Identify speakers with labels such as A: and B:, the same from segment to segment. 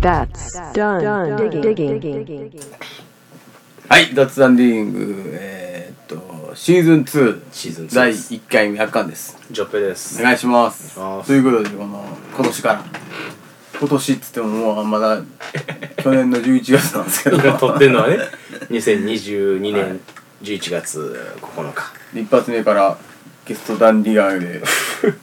A: That's done. Digging. Digging. Digging.
B: はい、雑談ディーング、えーっと、シーズン2、
C: シーズン2
B: 第
C: です
B: 1回目、圧巻です。
C: ジョッペで
B: お
C: す
B: 願いします。
C: お願いします
B: ということで、この、今年から、今年っつってももうまだ、去年の11月なんですけど、
C: 今撮ってる のはね2022年11月9日
B: 一発目からゲストダンディアーで、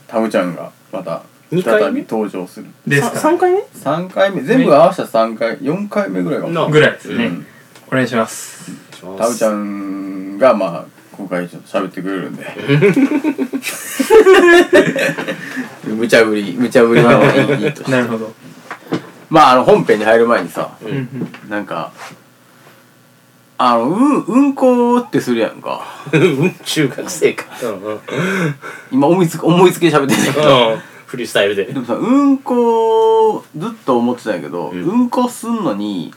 B: タムちゃんがまた、
C: 二回目
B: 再び登場する。
D: です
C: さ
D: か
C: 3回目
B: 3回目、全部合わせた3回、4回目ぐらいかも。
C: の
D: ぐらいですね、
B: うん
D: お願いします
B: タムちゃ
C: ん
B: んが、まあ、今回ちょっと喋ってくれるんで。 無茶ぶり、無茶ぶりなのがいいとして
D: なるほど
B: まああの本編に入る前にさ
D: うんうん
B: なんかあのうんうんこってするやんか
C: うん中学生かうんうんうん
B: 今思いつく思いつきで喋ってんだけど
C: フリースタイルで
B: でもさうんこずっと思ってたんやけど、う、
C: うんん
B: こすんのに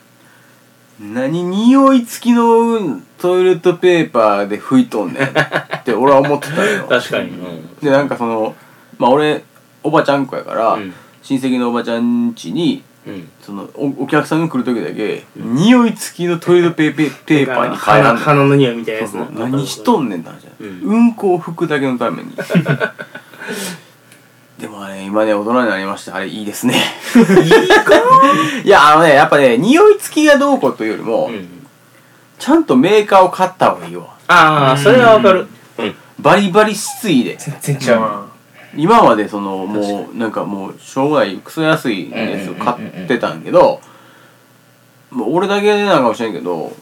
B: 何匂い付きのうんトイレットペーパーで拭いとんねんって俺は思ってたん よ
C: 確かにうん
B: でなんかそのまあ俺おばちゃん子やから、
C: うん
B: 親戚のおばちゃん家に
C: うん
B: そのおお客さんが来る時だけ、匂い付きのトイレットペーペペーパーに変えらん
C: 鼻
B: の
C: 鼻の匂いみたいなやつ
B: そう
C: な
B: そう何しとんねんって話じゃん、
C: うん
B: うんこを拭くだけのた めにでもね今ね大人になりましてあれいいですねいいか いやあのねやっぱね匂い付きがどうこうというよりも、
C: うん
B: ちゃんとメーカーを買った方がいいわ
C: ああそれはわかるうん
B: バリバリ失意で
D: 全然ちゃうな
B: 今までそのもうなんかもうしょうがないクソ安いやつを買ってたんやけどもう俺だけなのかもしれんけど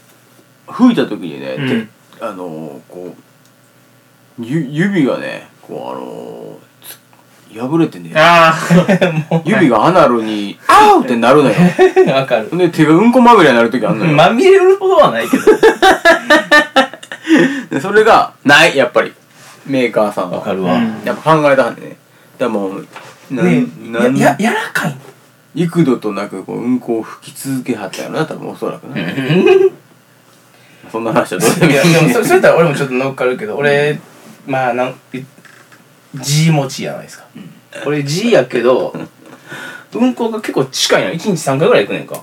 B: 吹いた時にね、
D: うん
B: てあのーこうゆ指がねこうあのーつ破れてね
D: ああ もう
B: 指がアナルに「あう!」ってなる のよ
D: わかる
B: で手がうんこまみれになる時あんのよ、
D: まみれるほどはないけど
B: でそれがないやっぱりメーカーさんは
C: る
D: うん
B: やっぱ考えたんでねでもなんなん
D: やらかい
B: 幾度となくこううんこを吹き続けはったよな多分おそらくねそんな話はどうでもいい
E: いやで も それそれだったら俺もちょっと乗っかるけど俺まあなん G 持ちじゃないですか、俺 G やけど運行が結構近いな1日3回ぐらい行くねんか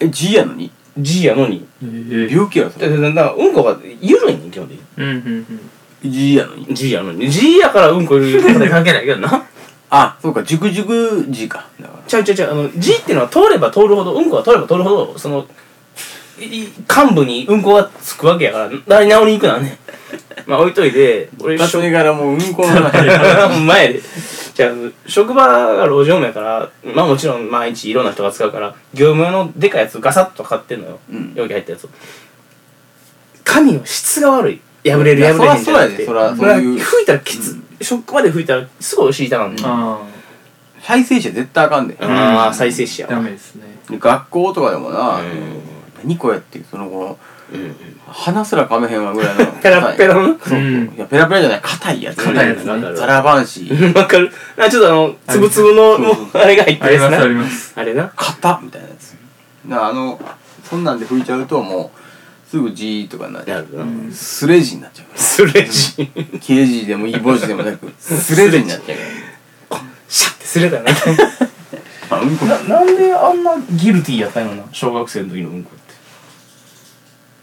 B: え G やのに
E: G やのに
D: ええ
B: 病気やろそ
E: だ
B: れ
E: だだからうんこが緩いねん基本的
D: うんうん
B: G やのに
E: に G やのに G やからうんこ緩いこと関係ないけどな
B: あそうか熟熟 G かだから
E: ちゃうちゃうちゃうあの G っていうのは通れば通るほどうんこが通れば通るほどそのいい幹部にうんこがつくわけやから誰に治りに行くなねまあ置いといて俺
B: 一発目からもううんこの 話
E: 前で。じゃあ、職場が路上面やから、まあもちろん毎日いろんな人が使うから、業務用のでかいやつガサッと買ってんのよ。
B: うん
E: 容器入ったやつを。紙の質が悪い。破れ
B: いや
E: る破れへんじゃなくて。
B: そらそうやでそら
E: これは
B: そういう
E: 拭いたらきつ、職場で拭いたらすごいお尻痛なんね。
D: あ
B: 再生者絶対あかんで
E: ああ、再生し
D: あ
E: や
D: ダ
E: わ。
D: メですね
B: 学校とかでも
C: う
B: な
C: ん
B: 何これっていうそのこの鼻すら噛めへんわぐらい の
E: ペラッペラの。
B: そうそう
D: うん
B: いやペラペラじゃない硬いやつ
D: 硬いやつ
E: わかる
B: ザラバンシー
E: わかる。あ、ちょっとあの、つぶつぶの、
B: あり
E: も
B: ます
E: う、あれが入って
D: あ
E: る
D: り
E: や
D: ま
E: つ
D: すあり
E: な。
D: ます
E: あれな。
B: 硬っみたいなやつだからあのそんなんで拭いちゃうともうすぐ G とかになっちゃ
C: な
B: う
C: るほどな
B: スレジになっちゃう
E: スレジ。
B: 切れ字でもいい帽子でもな く、スレズになっちゃうか
E: シャッてすれたよな。
B: ら。まあ、うんこ。い
E: な、なんであんなギルティやったんやろな。小学生の時のうんこって。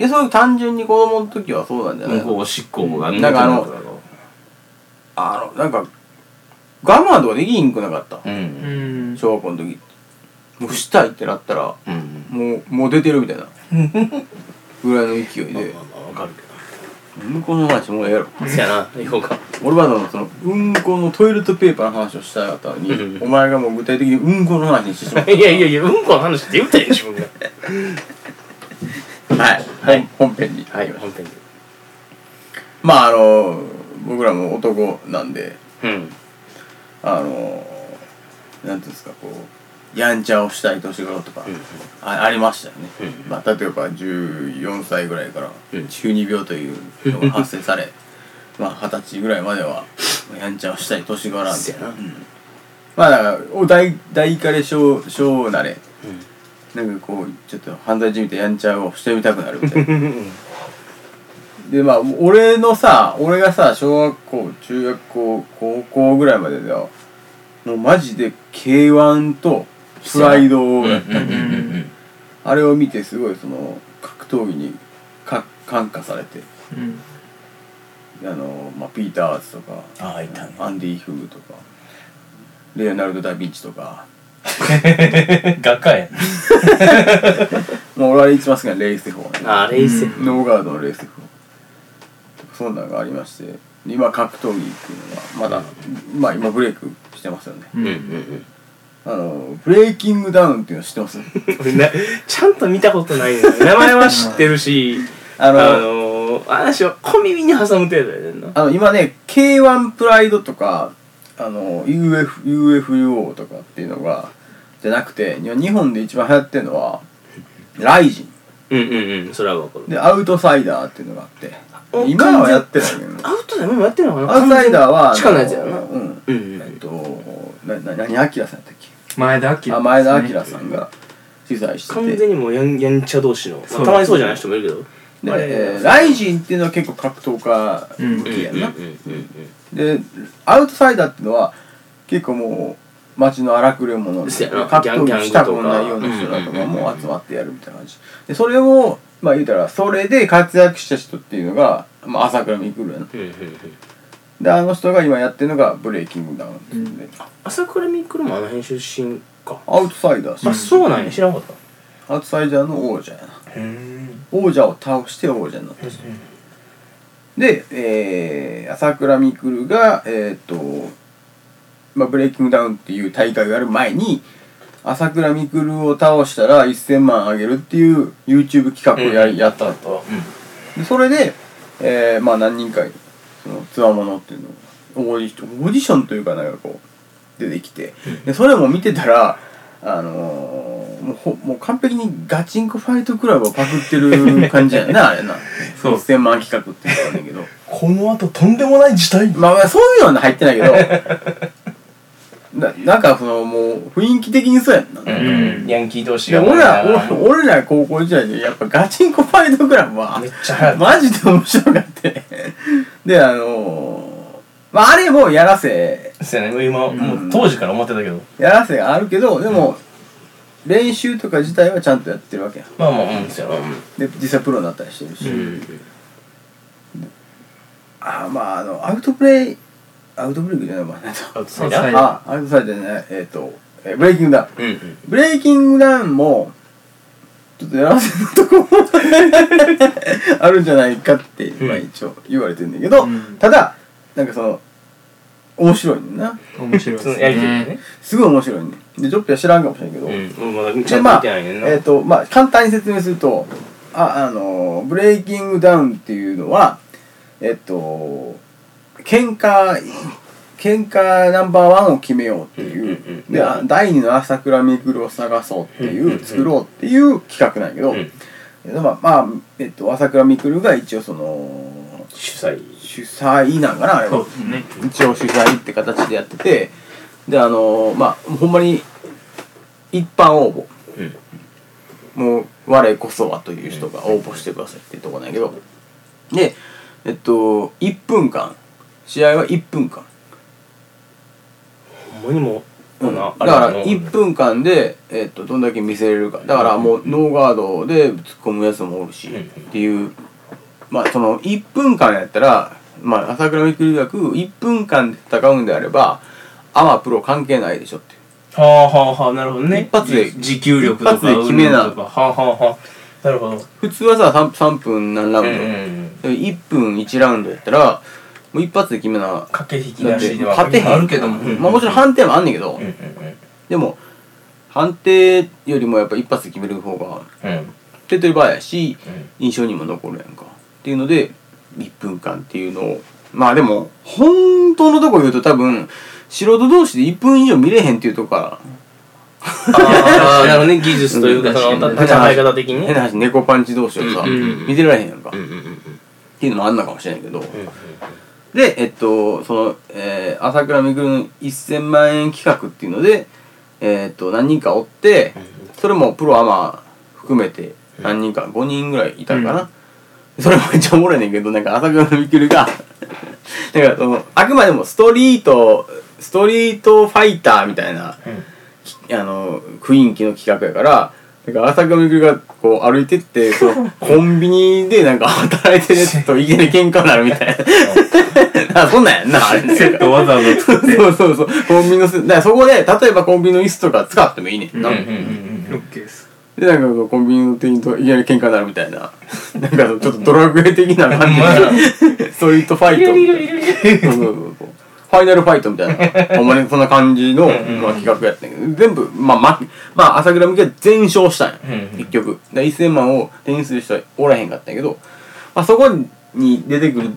B: や、そういう単純に子供の時はそうなんじゃない
E: 向
B: の、
E: こうおしっこが
B: なんかあのあの、なんか、我慢とかできんくなかった。
C: う
D: うんん
B: 小学校の時。もうしたいってなったら、
C: うん
B: もう、もう出てるみたいな。ぐらいの勢いで
C: まあ、まあわかるけど
B: うんこの話もうええやろ。
E: そうやな行こうか
B: 俺はその、うんこのトイレットペーパーの話をしたかったのに、
C: うん
B: お前がもう具体的にうんこの話にしてしまっ
E: い
B: た。
E: やいやいやうんこの話って言うたやん 自分が
B: はい。はい。本編に。
E: はい本編で
B: まあ、あの、僕らも男なんで、
E: うん
B: あのなんていうんですかこうやんちゃをしたい年頃とか、あありましたよね、まあ、例えば14歳ぐらいから
C: うん
B: 中二病というのが発生され まあ二十歳ぐらいまではやんちゃをしたい年頃なんで
C: せやな
B: まあだからお大大彼小小なれ、なんかこうちょっと犯罪人みたいなやんちゃをしてみたくなるみたいなでまあ俺のさ俺がさ小学校中学校高校ぐらいまでだよもうマジで k 1とプライドをやった、
C: うんうんうんうん
B: あれを見てすごいその格闘技にか感化されて
D: うん
B: あの、まあ、ピーターズとか
C: ああいたね
B: アンディ・フグとかレオナルド・ダ・ヴィンチとか
E: 画家やん
B: まあ俺は一番好きなレイ・セフォーね
C: あレイセフ
B: ノーガードのレースフそんなのがありまして今格闘技っていうのはまだ、まあ今ブレイクしてますよね
C: うんうんうん
B: あのブレイキングダウンっていうの知ってます
C: 俺なちゃんと見たことないのよ名前は知ってるし
B: あ
C: あ
B: の
C: の
B: あの
C: ー、話は小耳に挟む程度やでんな
B: 今ね k 1プライドとかあの UF UFUO とかっていうのがじゃなくて日日本で一番流行ってるのはライジン
C: うんうんうんそれは分かる
B: でアウトサイダーっていうのがあって
C: お
B: 今はやってないけどね
C: アウトだよもうやってんのかな
B: アウトサイダーは
C: 地下のやつやな
B: あのう
C: う
B: ん
C: んう
B: えっ
C: ん
B: となな何アキラさんやったっけ
D: 前田明
B: あ前田明さんが主催して
C: 完
B: て
C: 全にもうやんやんちゃ同士の、まあ
D: そう
C: たまにそうじゃない人もいるけど
B: で、
C: あれ
B: えーライジンっていうのは結構格闘家向
C: う
B: きやん
C: んうんう
B: な、
C: んうんうん
B: でアウトサイダーっていうのは結構もう街の荒くれ者で
C: そうやな
B: 格闘技したことないような人ら
C: ギャ
B: とか
C: ンギャン
B: も
C: とか
B: 集まってやるみたいな感じでそれをまあ言うたらそれで活躍した人っていうのが、まあ、朝倉未来やな
C: うんうんうん
B: であの人が今やってるのがブレイキングダウンっていうんで、
C: 朝倉未来もあの辺出身か
B: アウトサイダー
C: あ
B: し、
C: そうなんや知らなかった
B: アウトサイダーの王者やな
C: うん
B: 王者を倒して王者になった人で、えー、朝倉未来が、えーっとまあ、ブレイキングダウンっていう大会をやる前に朝倉未来を倒したら1000万あげるっていう YouTube 企画をや,、やったと、でそれで、えーまあ、何人かそのつわものっていうのをオーディションオーディションというかなんかこう出てきてでそれも見てたらあのーもうほもう完璧にガチンコファイトクラブをパクってる感じやんなあれな
D: そう
B: 1000万企画って言ったんだけど
E: この後とんでもない事態
B: まあまあそういうのは入ってないけどななんかそのもう雰囲気的にそうやんな、
E: う
B: で
E: んヤンキー同士が
B: 俺ら俺俺ら高校時代でやっぱガチンコファイトクラブは
E: めっちゃ流行った
B: マジで面白かってであのー、まああれもやらせ
E: そうやね今、もう当時から思ってたけど
B: やらせがあるけどでも、練習とか自体はちゃんとやってるわけやん
E: まあまあうんそうやろ
B: で実際プロになったりしてるし、
C: うん
B: あーまああのアウトプレイアウトブレイクじゃないまあなんだ
C: アウトサ
D: ア
C: イ
D: ウ
C: ダ
D: ト
C: ー
D: サイダー
B: あアウトサイドじゃないえっ、と、えーブレイキングダウン
C: うんうん
B: ブレイキングダウンもちょっとやらせのとこも あるんじゃないかって、まあ、一応言われてんだけど、
D: うん
B: ただなんかその面白いねんな
D: 面白い
C: そのやりとり
D: ね
C: ね
B: すごい面白いねんでジョッピは知らんかもしれんけど、
C: うん俺まだちゃ
B: で
C: んと
B: ま
C: 見
B: あ
C: てないねんな
B: えっ、とまあ簡単に説明するとああのーブレイキングダウンっていうのはえっと喧嘩喧嘩ナンバーワンを決めようっていう,、
C: うんうんうん
B: であ第二の朝倉未来を探そうっていう,、作ろうっていう企画なんやけど、
C: うん
B: えっとまあ、まあえっと、朝倉未来が一応その
C: 主催
B: 主催なんかなあれは
D: そうですね
B: 一応主催って形でやっててであのまあほんまに一般応
C: うん
B: 募もう我こそはという人が応募してくださいっていうとこなんやけどでえっと1分間試合は1分間
C: ほんまにもう
B: だ
C: あの
B: か
C: あれやな
B: ら1分間で、えっと、どんだけ見せれるかだからもうノーガードで突っ込むやつもおるし
C: うん
B: っていうまあその1分間やったらまあ朝倉未来曰く1分間で戦うんであればアマプロ関係ないでしょっていう
E: はあはあはあなるほどね
B: 一発で
E: 持久力とか
B: 一発で決めな
E: 運動とかはあはあはあなるほど
B: 普通はさ 3, 3分何ラウン
C: う
B: ド、
C: んうん
B: 1分1ラウンドやったらもう一発で決めな
E: 駆け引き
B: だ
E: な
B: っ
E: してでは
B: 勝てへん
E: あるけども、
B: まあもちろん判定もあんねんけど、
C: うんうんうん
B: でも判定よりもやっぱ一発で決める方
C: う
B: が
C: ん
B: 手っ取り早いし
C: うん
B: 印象にも残るやんかっていうので1分間っていうのをまあでも本当のとこ言うと多分素人同士で1分以上見れへんっていうとこか
C: ああなるほどね技術というか
B: うん
C: その戦い方的に
B: ら変な
C: ね
B: 話猫パンチ同士をさ
C: うんうんうん
B: 見てられへんやんか
C: う
B: っ
C: んうんうんうん
B: ていうのもあんなかもしれんけど
C: うんうん
B: で、えっと、その、えー、朝倉未来の1000万円企画っていうので、えーっと、何人かおって、
C: うん
B: それもプロアマ含めて何人か、5人ぐらいいたかな、それもめっちゃおもろいねんけどなんか朝倉未来が なんかそのあくまでもストリートストリートファイターみたいな、きあの雰囲気の企画やからなんか朝倉未来がこう歩いてってそのコンビニでなんか働いてるやつといきなり喧嘩になるみたいなあそんなんやんなあれね
E: セットわざわざ作って。
B: そうそうそう。コンビニのせ、だからそこで、例えばコンビニの椅子とか使ってもいいねんな。
E: うんうん
D: オッケーです
B: で、なんかこうコンビニの店員といきなり喧嘩になるみたいな。なんかちょっとドラクエ的な感じ で、ストリートファイトみたいな。そうそうそうそう。ファイナルファイトみたいな。ほんまにそんな感じの、まあ、企画やったんやけど、全部、まあ、ま、まあ、朝倉美は全勝したんや。結局。で、1000万を手にする人はおらへんかったんやけど、まあ、そこに出てくる、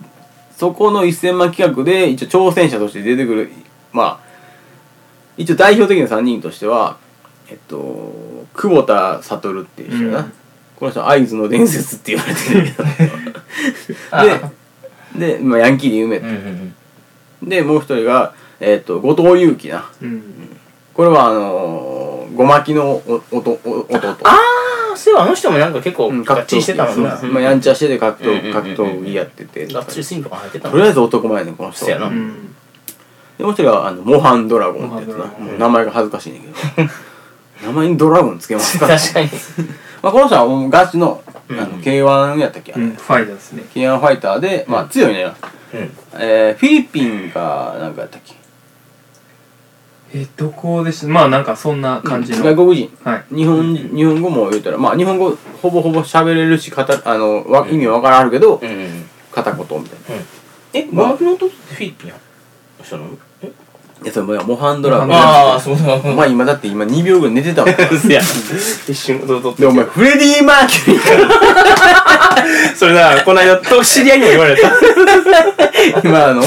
B: そこの1000万企画で、一応挑戦者として出てくる、まあ、一応代表的な3人としては、えっと、久保田悟っていう人やな、この人は会津の伝説って言われてる けどでで、まあ、ヤンキーで有名、でもう一人が、えっと後藤祐樹な
D: うん
B: これはあのー、ごまきのおおとお弟
E: ああ、そういえばあの人もなんか結構
B: うん
E: ガッチリしてたもんな。
B: そうまあ、やんちゃしてて格
E: うんうんう
B: 闘
E: んうん
B: 格闘技やってて、
E: ガッチリスイングが入ってた
B: とりあえず男前やねんこの人
E: そうやな
D: うん
B: でもう一人はあのモハンドラゴンってやつ
D: モ
B: な
D: ハンドラゴン
B: もう名前が恥ずかしいねんけど名前にドラゴンつけますか
E: 確かに。
B: まあ、この人はもうガチのあ
E: うん
B: の K1 やったっけ、
D: うんファイターですね
B: K1 ファイターで、まあ、強いね、
E: うん。
B: えー、フィリピンがなんかやったっけ
D: えどこでしたまあなんかそんな感じの
B: 外国人
D: はい
B: 日本人日本語も言うたらまあ日本語ほぼほぼ喋れるし語るあのわ意味わからんあるけど、
E: うん。
B: 片言みたいな
E: え、ゴマキの弟ってフィリピンやん。そのえ
B: いやそれもうモハンドラゴン
D: モハ
E: ああ、そうだ。
B: お前今だって今2秒ぐらい寝てたも ん
E: や。一瞬弟と
B: でお前フレディ・マーキュリ ー
E: それな、この間、と知り合いにも言われた。
B: 今あの、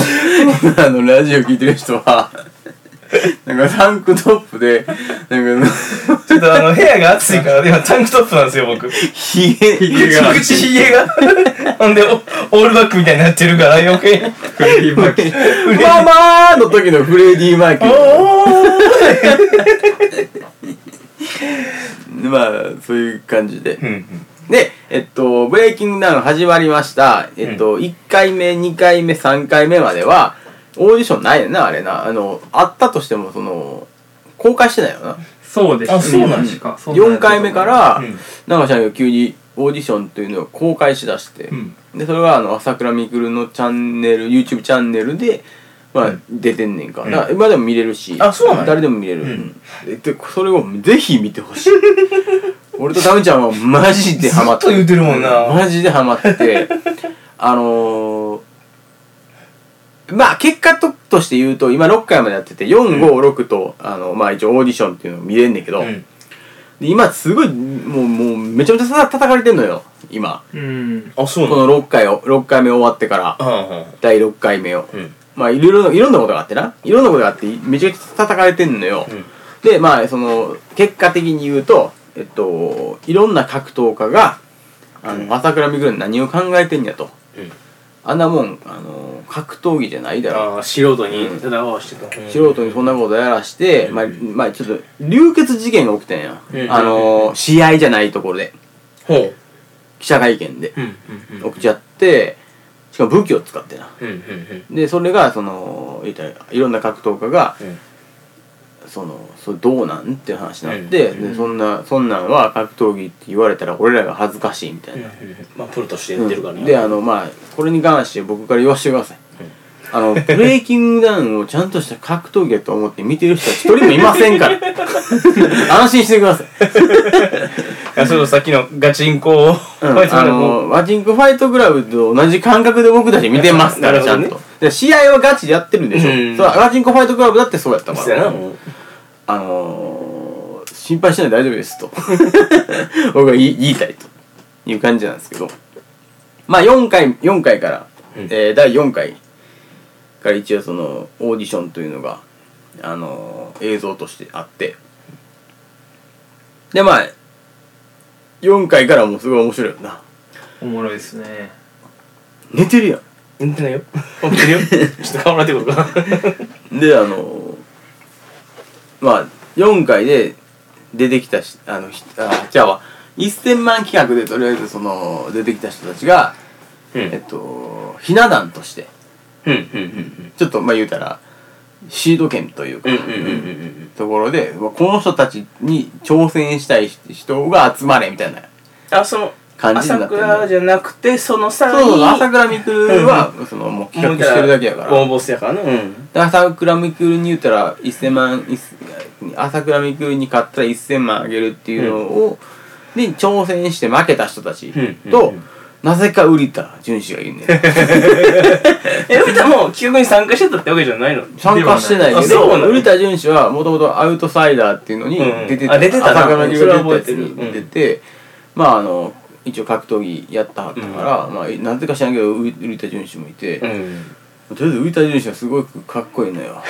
B: 今あの、ラジオ聞いてる人は、なんかタンクトップで、なんか、
E: ちょっとあの、部屋が暑いから、今、タンクトップなんですよ、僕。
B: ひげ、ひ
E: 口 々ひげが。 ほんで、オオールバックみたいになってるから、余計に。
D: フレディ・マーキュリー
B: ママーの時のフレディ・マーキュリー。まあ、そういう感じで。で、えっと、ブレイキングダウン始まりました。えっと、1回目、2回目、3回目までは、オーディションないよな、あれな。あの、あったとしても、その、公開してないよな。
D: そうです
E: あそうなん
D: 確かそんなやつ
B: 4回目から
E: ん
B: 長ちゃんが急にオーディションというのを公開しだして、でそれはあの朝倉未来のチャンネル YouTube チャンネルで、まあ、出てんねんか,、だから今でも見れるし
E: あそうなんや
B: 誰でも見れる、うんでそれをぜひ見てほ しい俺とダメちゃんはマジでハマって
E: ずっと言うてるもんな
B: マジでハマって てあのーまあ結果ととして言うと今6回までやってて456と、あのまあ一応オーディションっていうのを見れんねんけど、
E: うん
B: で今すごいもうもうめちゃめちゃた叩かれてんのよ今
D: うん
E: あ、そう
B: この6回を6回目終わってから
E: あ
B: 第6回目を、
E: うん
B: まあいろいろないろんなことがあってないろんなことがあってめちゃくちゃ叩かれてんのよ、
E: ん
B: でまあその結果的に言うとえっといろんな格闘家があの、朝倉未来に何を考えてんやと、
E: うん
B: あんなもんあの格闘技じゃないだろ
E: あ、素人に戦わしてた。
B: 素人にそんなことやらして、まあ、まあちょっと流血事件が起きたんや、
E: うん
B: あの試合じゃないところで
E: ほう。
B: 記者会見で
E: うん。うん。
B: 起きちゃってしかも武器を使ってな
E: うん。うん。
B: でそれがその言ったらいろんな格闘家が
E: うん。
B: そのそれどうなんっていう話になって、
E: うん
B: でそんなそんなんは格闘技って言われたら俺らが恥ずかしいみたいな、
E: まあ、プロとしてやってるからね。
B: であのまあこれに関して僕から言わせてください、あの、ブレイキングダウンをちゃんとした格闘技やと思って見てる人は一人もいません から。安心してください。
E: いや、そのさっきのガチンコを、
B: うん、あのワチンクファイトクラブと同じ感覚で僕たち見てますから、ち
E: な
B: ゃ
E: る
B: ん
E: ほど
B: と。で試合はガチでやってるんでしょ。
E: うん
B: それはワチンコファイトクラブだってそうやったか
E: そうやな、
B: ら。
E: もう。
B: あのー、心配しないで大丈夫ですと。 僕が言い言いたいという感じなんですけど。まあ4回、4回から、
E: うん
B: えー第4回から一応そのオーディションというのが、あのー映像としてあって。で、まあ、4回からもうすごい面白いよな。
D: おもろいですね
B: 寝てるやん。
E: 寝てないよ。起きてるよ。 ちょっと顔洗ってくる から。
B: であのまあ4回で出てきたしあのひあじゃあわ1000万企画でとりあえずその出てきた人たちが、
C: うん
B: えっとひな壇として
C: うんうん
B: ちょっとまあ言うたらシード権というか、
C: うんうんうんうんうん
B: ところでまあこの人たちに挑戦したい人が集まれみたいな
E: あその
B: 感じになってる
E: 朝倉じゃなくてその3
B: そうそう朝
E: 位
B: 倉未来はそのもう企画してるだけやから
E: ボンボスやからねうん
B: で朝倉未来に言ったら1000万いっ朝倉未来に買ったら1000万あげるっていうのを、で挑戦して負けた人たち
C: うん
B: と、
C: うんうん
B: なぜか売りた純子がいるね
E: えふたもう企画に参加してたってわけじゃないの
B: 参加してないけ
E: ではないあそ
B: ど
E: うなの
B: 売りた純子はもともとアウトサイダーっていうのに
E: うん
B: 出て
E: あ出てたな
B: 朝倉未来が出てたやつ
E: それは覚え
B: に
E: てる
B: 出て、まああの一応格闘技やったはったから、まあなぜか知らんけど売りた純子もいて、
E: うん
B: とりあえず浮いた純子はすごくかっこいいの よ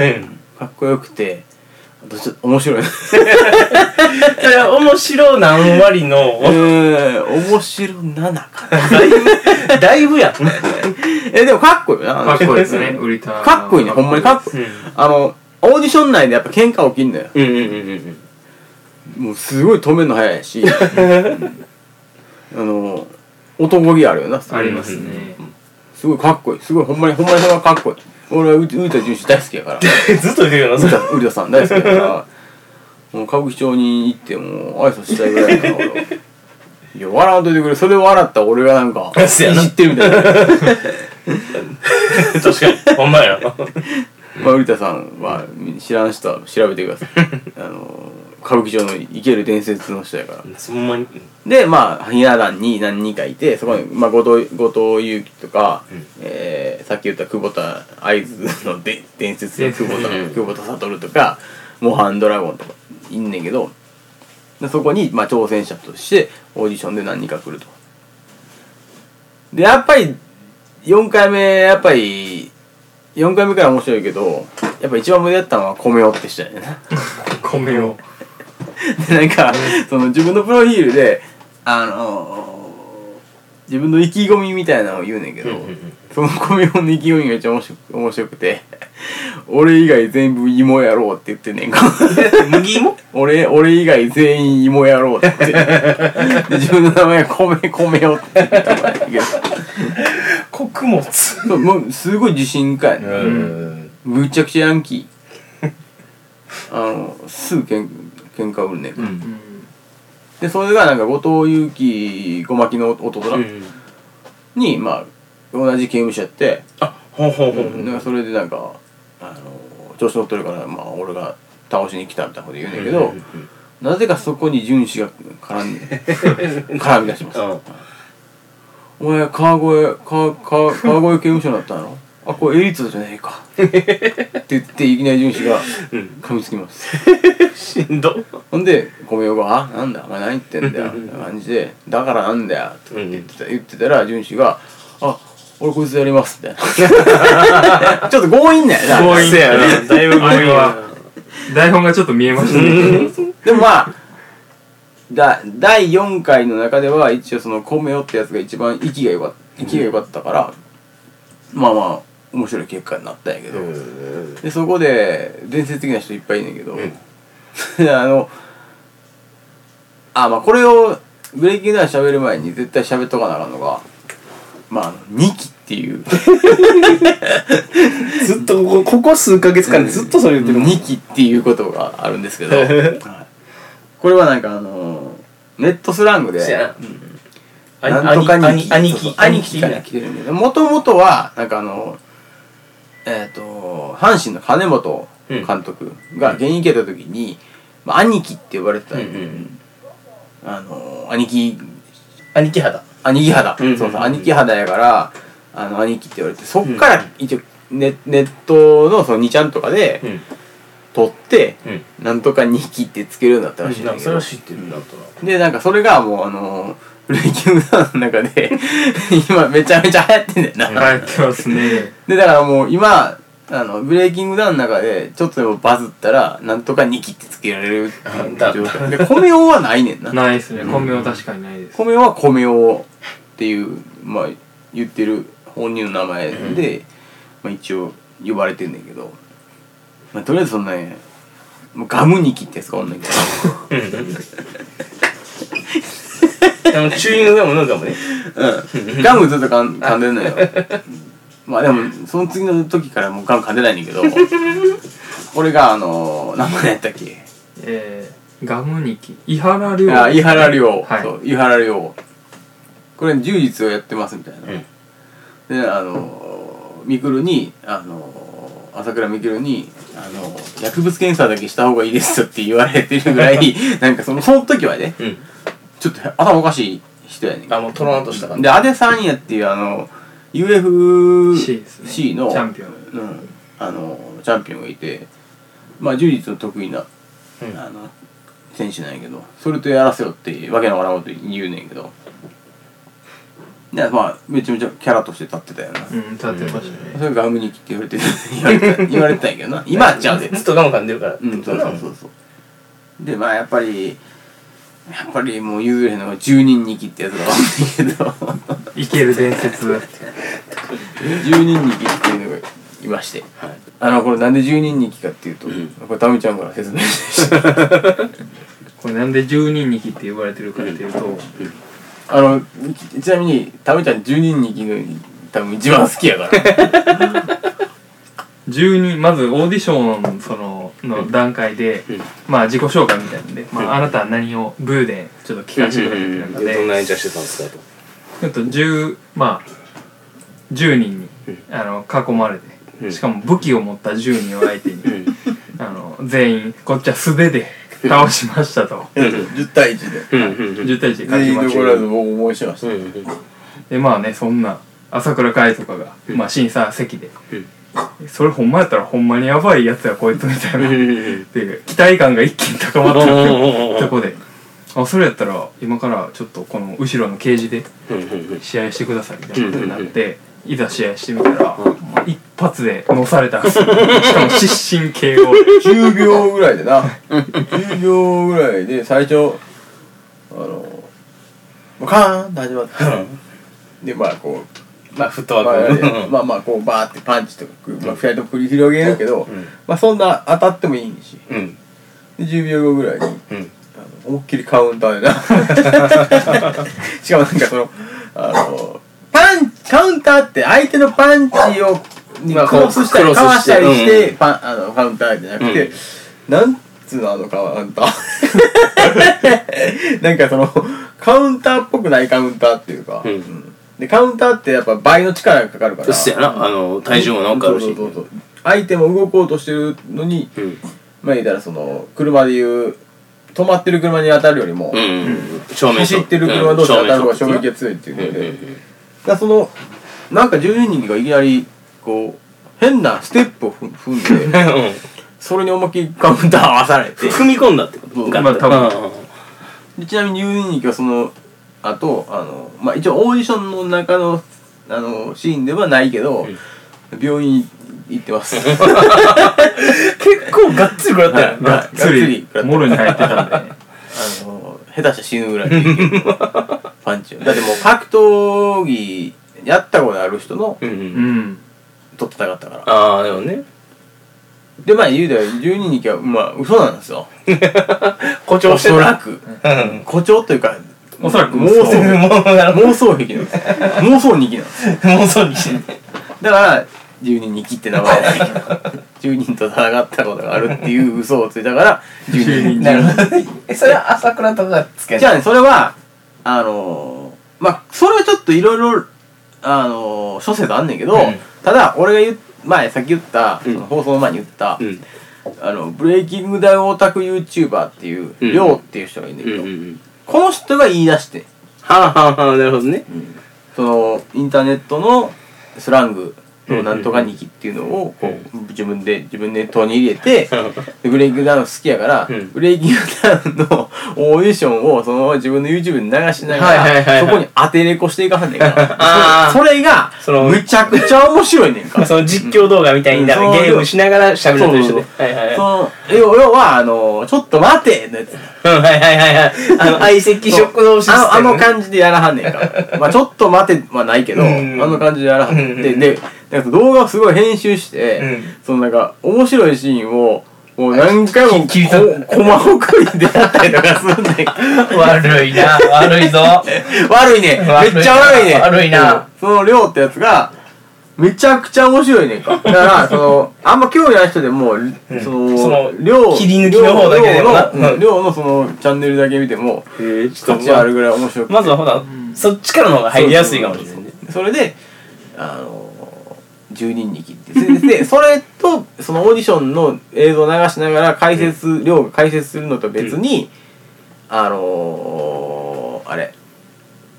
E: うん
B: かっこよくてあとちょっと面白い
E: それは面白何
B: え
E: 割の
B: ー、面白7かな
E: だいぶやん
B: えでもかっこいいよな
D: かっこいいですね、ウリタ
B: かっこいいねほんまにかっこいい、あのオーディション内でやっぱ喧嘩起きんのよ
C: うんうんうんうんうん
B: もうすごい止めるの早いし、うんあの男気あるよな
D: ありますね。
B: すごいかっこいいすごいほんまにほんまにほんまかっこいい俺は浮いた純子大好きやから
E: ずっと言ってるよな
B: ウリダウリダさん大好きだからもう歌舞伎町に行ってもう挨拶したいぐらいだから俺はいや笑わんといてくれそれを笑ったら俺がなんかい
E: そうやな
B: じってるみたいな、
E: 確かにほんまやな
B: まあ、ウリダさんは知らん人は調べてくださいあの歌舞伎町の生ける伝説の人やから
E: ほんまに
B: でまあひな壇に何人かいてそこに、まあ、後藤後藤祐樹とか、えーさっき言った久保田会津ので伝説の久保田
C: うん
B: 久保田悟とかモハンドラゴンとかいんねんけどでそこに、まあ、挑戦者としてオーディションで何人か来ると。でやっぱり4回目やっぱり4回目から面白いけどやっぱ一番無理だったのは米をって人やねんな。
D: 米を。
B: で なんか、その自分のプロフィールで、あのー、自分の意気込みみたいなのを言うねんけど、
C: うんうんうん
B: そのコミョンの意気込みが一番面白く面白くて、 俺以外全部芋やろうって言ってんね んか。
E: 麦も
B: 俺、俺以外全員芋やろうって言って。で自分の名前は米、米よって言ってたんだけど
E: 穀物
B: そうもうすごい自信家やねん。
E: ん
B: むちゃくちゃヤンキー。あの、すぐけん喧嘩売るねんか。
C: うん
B: で、それがなんか後藤祐樹ごまきの弟だ。
C: うん
B: に、まあ、同じ刑務所やって、
E: あほんほんほんほん
B: なんかそれでなんか、あの、調子乗ってるから、まあ、俺が倒しに来たみたいなこと言うねんだけど、なぜかそこに純子が絡んで、絡み出します。お前、川越、川川川越刑務所になったのあ、これエリートじゃねえか。って言って、いきなり純子が噛みつきます。
E: しんど
B: ほんで、米代が、あ、なんだ、お前何言ってんだよ、みたいな感じで、だからなんだよ、とか言ってた言ってたら、淳子が、あ、俺こいつやります、みたいな。ち ょっと強引だよな。
D: 強引
E: せやなだいぶ
D: あれは、台本がちょっと見えましたね。
B: でもまあ、だ第4回の中では、一応その米代ってやつが一番息が良かった、息が良かったから、まあまあ、面白い結果になったんやけど、で、そこで、伝説的な人いっぱいいんねんけど、 あの、あ、まあこれをブレイキングダウン喋る前に絶対喋っとかなあかんのが、まああの、2期っていう、
E: ずっとここここ数ヶ月間ずっとそれ言ってるもん
B: 2期っていうことがあるんですけ ど、はいこれはなんかあの、ネットスラングで、
E: せやな
B: なんとか兄貴。
E: 兄
B: そう
E: 貴
B: そう兄貴から来てるんで、もともとは、なんかあの、えっ、と、阪神の金本監督が現役やった時に、まあ、兄貴って呼ばれてたんやけど、あの、兄貴
E: 兄貴肌
B: 兄貴肌、
E: うんうんうん
B: そうそう兄貴肌やからあの兄貴って言われてそっから一応ネ,、ネットのその2ちゃんとかで
C: ん
B: 撮って、なんとか兄貴ってつけるようになったらしいんだけど、
E: 知ってるんだとな
B: でなんかそれがもうあのブレイキングダウンの中で 今めちゃめちゃ流行ってんだよな、
D: 流行ってますね。
B: でだからもう今あのブレイキングダウンの中でちょっとでもバズったらなんとか兄貴ってつけられるっていう状態で米用はないねんな
D: ないですね。米は確かにないです。
B: 米は米をっていう、まあ、言ってる本人の名前で、まあ、一応呼ばれてんねんけど、まあ、とりあえずそのねもうガムニキってやつがおんねんけど
E: あのチューイングガムのガムね
B: うんガムずっと噛ん噛んでんのよ。まあでも、その次の時からもうガム噛んでないねんだけど、俺が、あのー、名前やったっけ
D: えー、ガムニキ伊原亮
B: あ、伊原亮。
D: はい
B: そう、伊原亮。これ、柔術をやってますみたいな。で、あのー、みくるに、あのー、朝倉みくるに、あのー、薬物検査だけした方がいいですよって言われてるぐら い、なんかその、その時はね、
C: うん
B: ちょっと頭おかしい人やねん。
E: あもうトロンとした感じ
B: で、アデサーニャっていうあの、UFC
D: C ですね
B: の、
D: チャンピオン
B: うん、あの、チャンピオンがいて、まあ、柔術の得意な、
E: うん
B: あの、選手なんやけど、それとやらせよってわけのわからんこと言うねんけど、で、まあ、めちゃめちゃキャラとして立ってたよな。
D: うん立ってましたね
B: それがガムニキって言われて言われ てた、言われてたんやけどな。今はちゃうで。
E: ずっとガム噛んでるから
B: うん、そうそうそうそう。で、まあ、やっぱり、やっぱりもう幽霊の十人ニキってやつが多いんだけど。
D: いける伝説
B: 十人にきっていうのがいまして、
C: はい
B: あのこれなんで十人にきかっていうと、
C: ん
B: これタミちゃんから説明して
D: これなんで十人ニキって呼ばれてるかっていうと、
B: あのちちなみにタミちゃん十人にきの多分一番好きやから
D: 10人まずオーディションのそのの段階で、
C: うん
D: まあ自己紹介みたいなんで、まあ、あなたは何をブーでちょっと聞かせてくれって中
C: でどん
D: で、
C: な演者してたんですかと
D: ちょっと10まあ10人にあの囲まれ
C: う
D: て
C: ん
D: しかも武器を持った10人を相手に
C: うん
D: あの全員こっちは素手で倒しましたと
B: 10対1で
C: うんうん
D: 10対1で勝
B: 全
D: ち
B: 員残
D: まし
B: らず
D: た
B: 僕思いしました、
C: うん
D: でまあねそんな朝倉海とかが、まあ、審査席で、それほんまやったらほんまにやばいやつやこいつみたいな。っていう期待感が一気に高まった
C: うん
D: とこで あそれやったら今からちょっとこの後ろのケージで試合してくださいみたいなことになっていざ試合してみたら、まあ一発でのされたん ですよしかも失神系を
B: 9秒ぐらいでな9秒ぐらいで最初あのもうカーンって始まってでまあこう
E: まあフット
B: ま
E: ワーク
B: あ、まあまあこうバーってパンチとか、まあ、2人とも繰り広げるけど、
C: ん
B: まあそんな当たってもいいし
C: うん
B: で10秒後ぐらい
C: うん
B: にあの思いっきりカウンターでな しかもなんかそのあのパンカウンターって相手のパンチをに
E: まあ
B: クロスしたり
E: こう
B: かわしたり
C: クロスし
B: し
C: てて
B: パンあのカウンターじゃなくて、
C: うん
B: なんつうのあのカウンター なんかそのカウンターっぽくないカウンターっていうか、
C: うん
B: でカウンターってやっぱ倍の力がかかるから
C: そしてやなあの体重もなんかある
B: そ
C: し
B: うそうそうそう相手も動こうとしてるのに、
C: うん
B: まあ言ったらその車でいう止まってる車に当たるよりも、
C: うん正面
B: 走ってる車同士で当たる方が衝撃が強いっていうので、だからそのなんか10人がいきなりこう変なステップを踏踏 んでそれに思いっきりカウンターを合わされて
C: 踏み込んだってこと
D: まあ多分
B: でちなみに10人がその後あのまあ一応オーディションの中のあのシーンではないけど、病院行ってます。
E: 結構がっつり食らったよ
D: がっつりもろに入ってたんで、ね、
B: あの下手したら死ぬぐらいのパンチをだってもう格闘技やったことある人の
C: うんう
D: うんん
B: と戦ったから
C: ああでもね
B: でまあ言うたら12日はまあ嘘なんですよ
E: 誇張
B: お
E: してた
B: そらく
E: うん
B: 誇張というか
D: おそらく
B: 妄
D: 嘘
B: 想
E: もうなるほ
B: 妄想癖なんです妄想日記なんです
E: ど妄想にして
B: だから12日って名前なんだけど10人と戦ったことがあるっていう嘘をついたから12人
E: なるほどねえそれは朝倉とかがつけん
B: じ
E: の
B: ゃあねそれはあのーまあそれはちょっといろいろあのー諸説あんねんけど、
E: うん
B: ただ俺が言う前さっき言った、
C: うん
B: その放送の前に言った、
C: うん
B: あのブレイキングダウンオタク YouTuber っていう、
C: うん
B: りょうっていう人がいるんだ
C: う
B: け
C: ん
B: ど、
C: うん
B: この人が言い出して
C: はあはあはあなるほどね
B: そのインターネットのスラングのなんとかニキっていうのをこう、自分で自分で投に入れてでブレイキングダウン好きやから、
C: うん
B: ブレイキングダウンのオーディションをそのまま自分の YouTube に流しながら、
E: はいはいはいはい
B: そこに当てれこしていかはんねんか
E: あ
B: ら
E: ー
B: それが
E: その
B: むちゃくちゃ面白いねんから。
E: その実況動画みたいにな
B: うん
E: ゲームしながらしゃべると一緒で
B: そう
E: はいはいはい
B: その要要はあのちょっと待てのやつ
E: うんはいはいはいはいあの相席食堂システム
B: あのあの感じでやらはんね んからまあちょっと待てはないけど、
E: うん
B: あの感じでやらはんねん
E: うん
B: ででなんか動画をすごい編集して、
E: うん
B: そのなんか面白いシーンをもう何回も
E: き切り
B: こ
E: 取っ
B: 駒送りであったりとかするんだけど
E: 悪いな悪いぞ
B: 悪いね
E: 悪いな
B: めっちゃ悪いね
E: 悪いな
B: うんその量ってやつがめちゃくちゃ面白いねん かだからそのあんま興味ない人でも、その
E: その
B: 量
E: 切り抜きの方だけでもな
B: 量の,、
E: うん
B: 量のそのチャンネルだけ見ても
C: へえ
B: 価値あるぐらい面白くて
E: まずはほら、そっちからの方が入りやすいかもしれないね
B: それであの10人に切ってそれ ででそれとそのオーディションの映像を流しながら解説量が解説するのと別に、あのあれ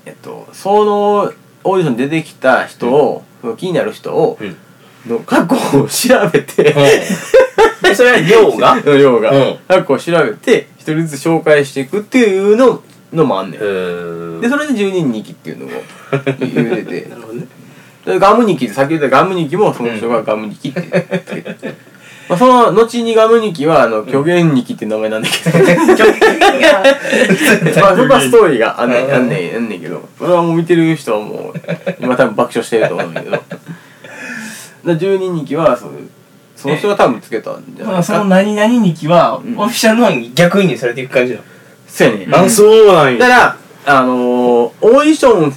B: えっとそのオーディションに出てきた人を、その気になる人を、
C: うん
B: の過去を調べて、
C: でそれは量がへ
B: の 量が、
C: うん
B: 過去を調べて一人ずつ紹介していくっていうののもあんねん、
C: え
B: でそれで10人2期 っていうのを言うててでガムニキ先ほど言ったガムニキもその人がガムニキってつけて、まあ、その後にガムニキはあの虚言ニキって名前なんだけど まあそこはストーリーがあんねんあんねんあんねんけどそれはもう見てる人はもう今多分爆笑してると思うんだけどだ から10人ニキはそうその人が多分つけたんじゃない
E: ま
B: で
E: あ
B: す
E: その
B: か
E: 何々日記は、オフィシャルのに逆にされていく感じなの
B: そうやね
C: あそうなん
B: だ
C: や
B: から、あのーオーディション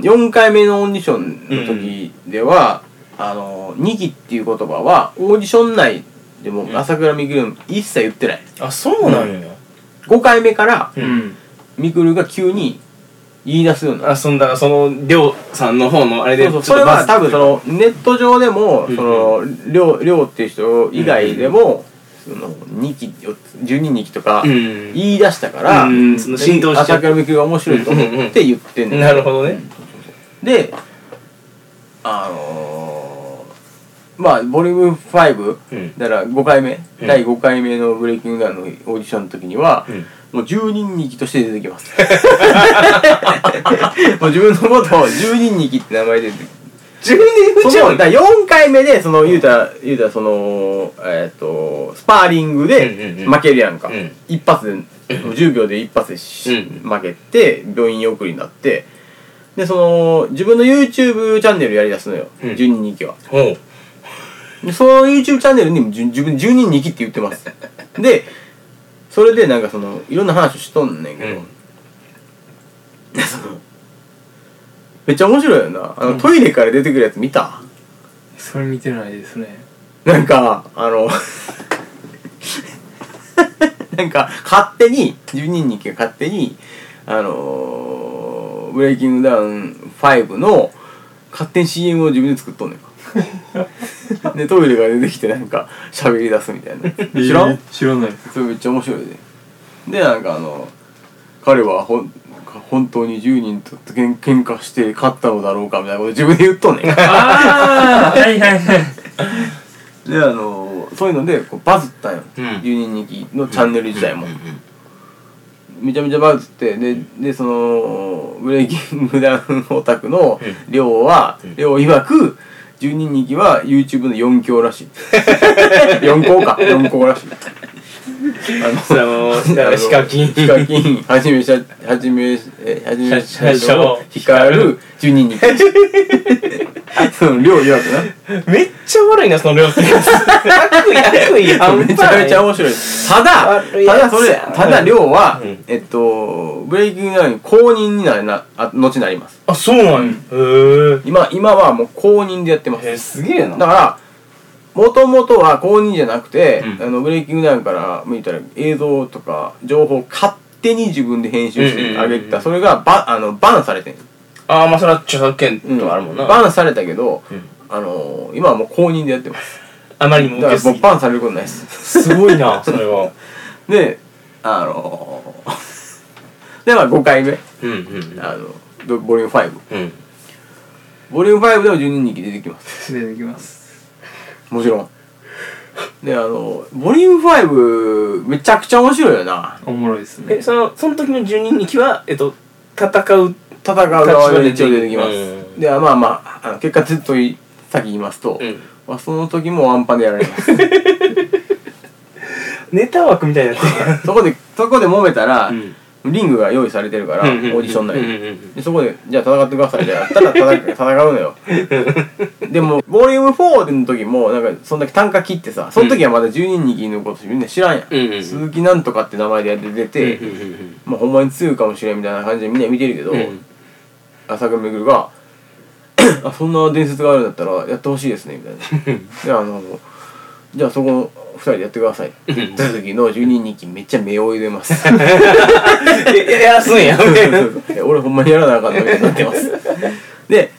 B: 4, 4回目のオーディションの時では、あのー、2期っていう言葉はオーディション内でも朝倉未来一切言ってない
E: あそうなのよ、
B: 5回目から
D: うん
B: 未来が急に言い出すようになっ
E: あそんだからそのりょうさんの方のあれ
B: た
E: で
B: そうそうそれは多分そのネット上でも
E: ん
B: そのりょうりょうっていう人以外でもその2期12二期とか
C: うん
B: 言い出したから
C: うんその浸透しちゃっ
B: 朝倉未来が面白いと思って言って んねん
E: なるほどね
B: であのー、まあボリューム5、
C: うん
B: だから5回目、
C: うん
B: 第5回目の「ブレイキングダウン」のオーディションの時には、
C: うん
B: もう10人にきとして出てきます もう自分のことを10人にきって名前で出て
E: 10人
B: そのだ4回目でその言うたら言うたらそのえっ、とスパーリン
C: うん
B: グ
C: うん
B: で
C: うん
B: 負けるやんか、
C: うん
B: 一発で10秒で一発でし、
C: う
B: 負けて病院送りになってでその自分の YouTube チャンネルやりだすのよ、
C: うん
B: 12人気は
C: ほう
B: でその YouTube チャンネルにもじゅ自分10人2期って言ってます でそれでなんかそのいろんな話をしとんねんけど、
C: うん
B: でそのめっちゃ面白いよなあの、トイレから出てくるやつ見た
D: それ見てないですね
B: なんか、あの、 なんか、勝手に、12人に勝手に、あのー、ブレイキングダウン5の、勝手に CM を自分で作っとんねんか。 で、トイレから出てきてなんか、喋り出すみたいな。知らん、
D: えー知らないです
B: それめっちゃ面白いねでなんかあの彼はほん本当に10人とけん喧嘩して勝ったのだろうかみたいなこと自分で言っとんねん
D: ああはいはいはい
B: であのそういうのでこうバズったんよ、
C: うん
B: 10人人気のチャンネル自体も、
C: うんうん
B: めちゃめちゃバズってででそのブレイキングダウンオタクの量は
C: ん
B: 量曰く10人人気は YouTube の4強ら しい4強か4強らしいあの
E: それはもうだからヒカキン
B: ヒカキンはじめしゃはじめえはじめしゃ
E: しゃしょ
B: ヒカル10 人人気その量曰くな
E: めっちゃ悪いなそのりょうさん悪意悪意半端
B: めち
E: な
B: ゃ
E: い
B: めちゃ面白いただ
E: 悪いや
B: た
E: つ
B: だそれただ亮は、
C: うん
B: えっとブレイキングダウン公認にななあ後になります
E: あそうなんやへ
B: 今今はもう公認でやってます
E: ええすげえ
B: だ
E: な
B: からもともとは公認じゃなくて、
C: うん
B: あのブレイキングダウンから見たら映像とか情報を勝手に自分で編集し
C: うんうんうん
B: て
C: うん
B: あげてたそれがバあのバンされてん、
E: ああまあそれは著作権とかあるもんな、
B: バンされたけど、
C: うん
B: あの今はもう公認でやってます
E: あまりにも
B: だか
E: 受
B: らもう
E: けすぎて
B: バンされることないです
C: すごいなそれは
B: であの でまあ5回目
C: うんうん
B: あのボボリューム5
C: うん
B: ボリューム5でも12人気出てきます
D: 出てきます
B: もちろんであのボリューム5めちゃくちゃ面白いよな
D: おもろいです
E: え
D: ね
E: そのその時の10人日記はえっと戦う
B: 戦う側で一応出てきま
C: う
B: すでまあまああの結果ずっとい先言いますと、
C: うん
B: まあ、その時もワンパンでやられます
E: ネタ枠みたいになってる
B: そこでそこで揉めたら、
C: うん
B: リングが用意されてるから、
C: うんう
B: オー
C: ん
B: デ
C: うん
B: ィション内
C: うんうんう
B: に
C: ん。
B: で、そこで、じゃあ戦ってください。じゃあ、ただ戦う戦うのよ。でも、ボリューム4の時も、なんか、そんだけ単価切ってさ、その時はまだ10人握りのことみんな知らんや
C: うんうんうん
B: ん。鈴木なんとかって名前でやって出て、まあ、ほんまに強いかもしれんみたいな感じでみんな見てるけど、朝倉未来があそんな伝説があるんだったらやってほしいですねみたいなであのじゃあそこの2人でやってくださいって言った時の12人期めっちゃ目を入れますそう
E: やらすんや
B: そうそういや俺ほんまにやらなあかんのみたいになってますで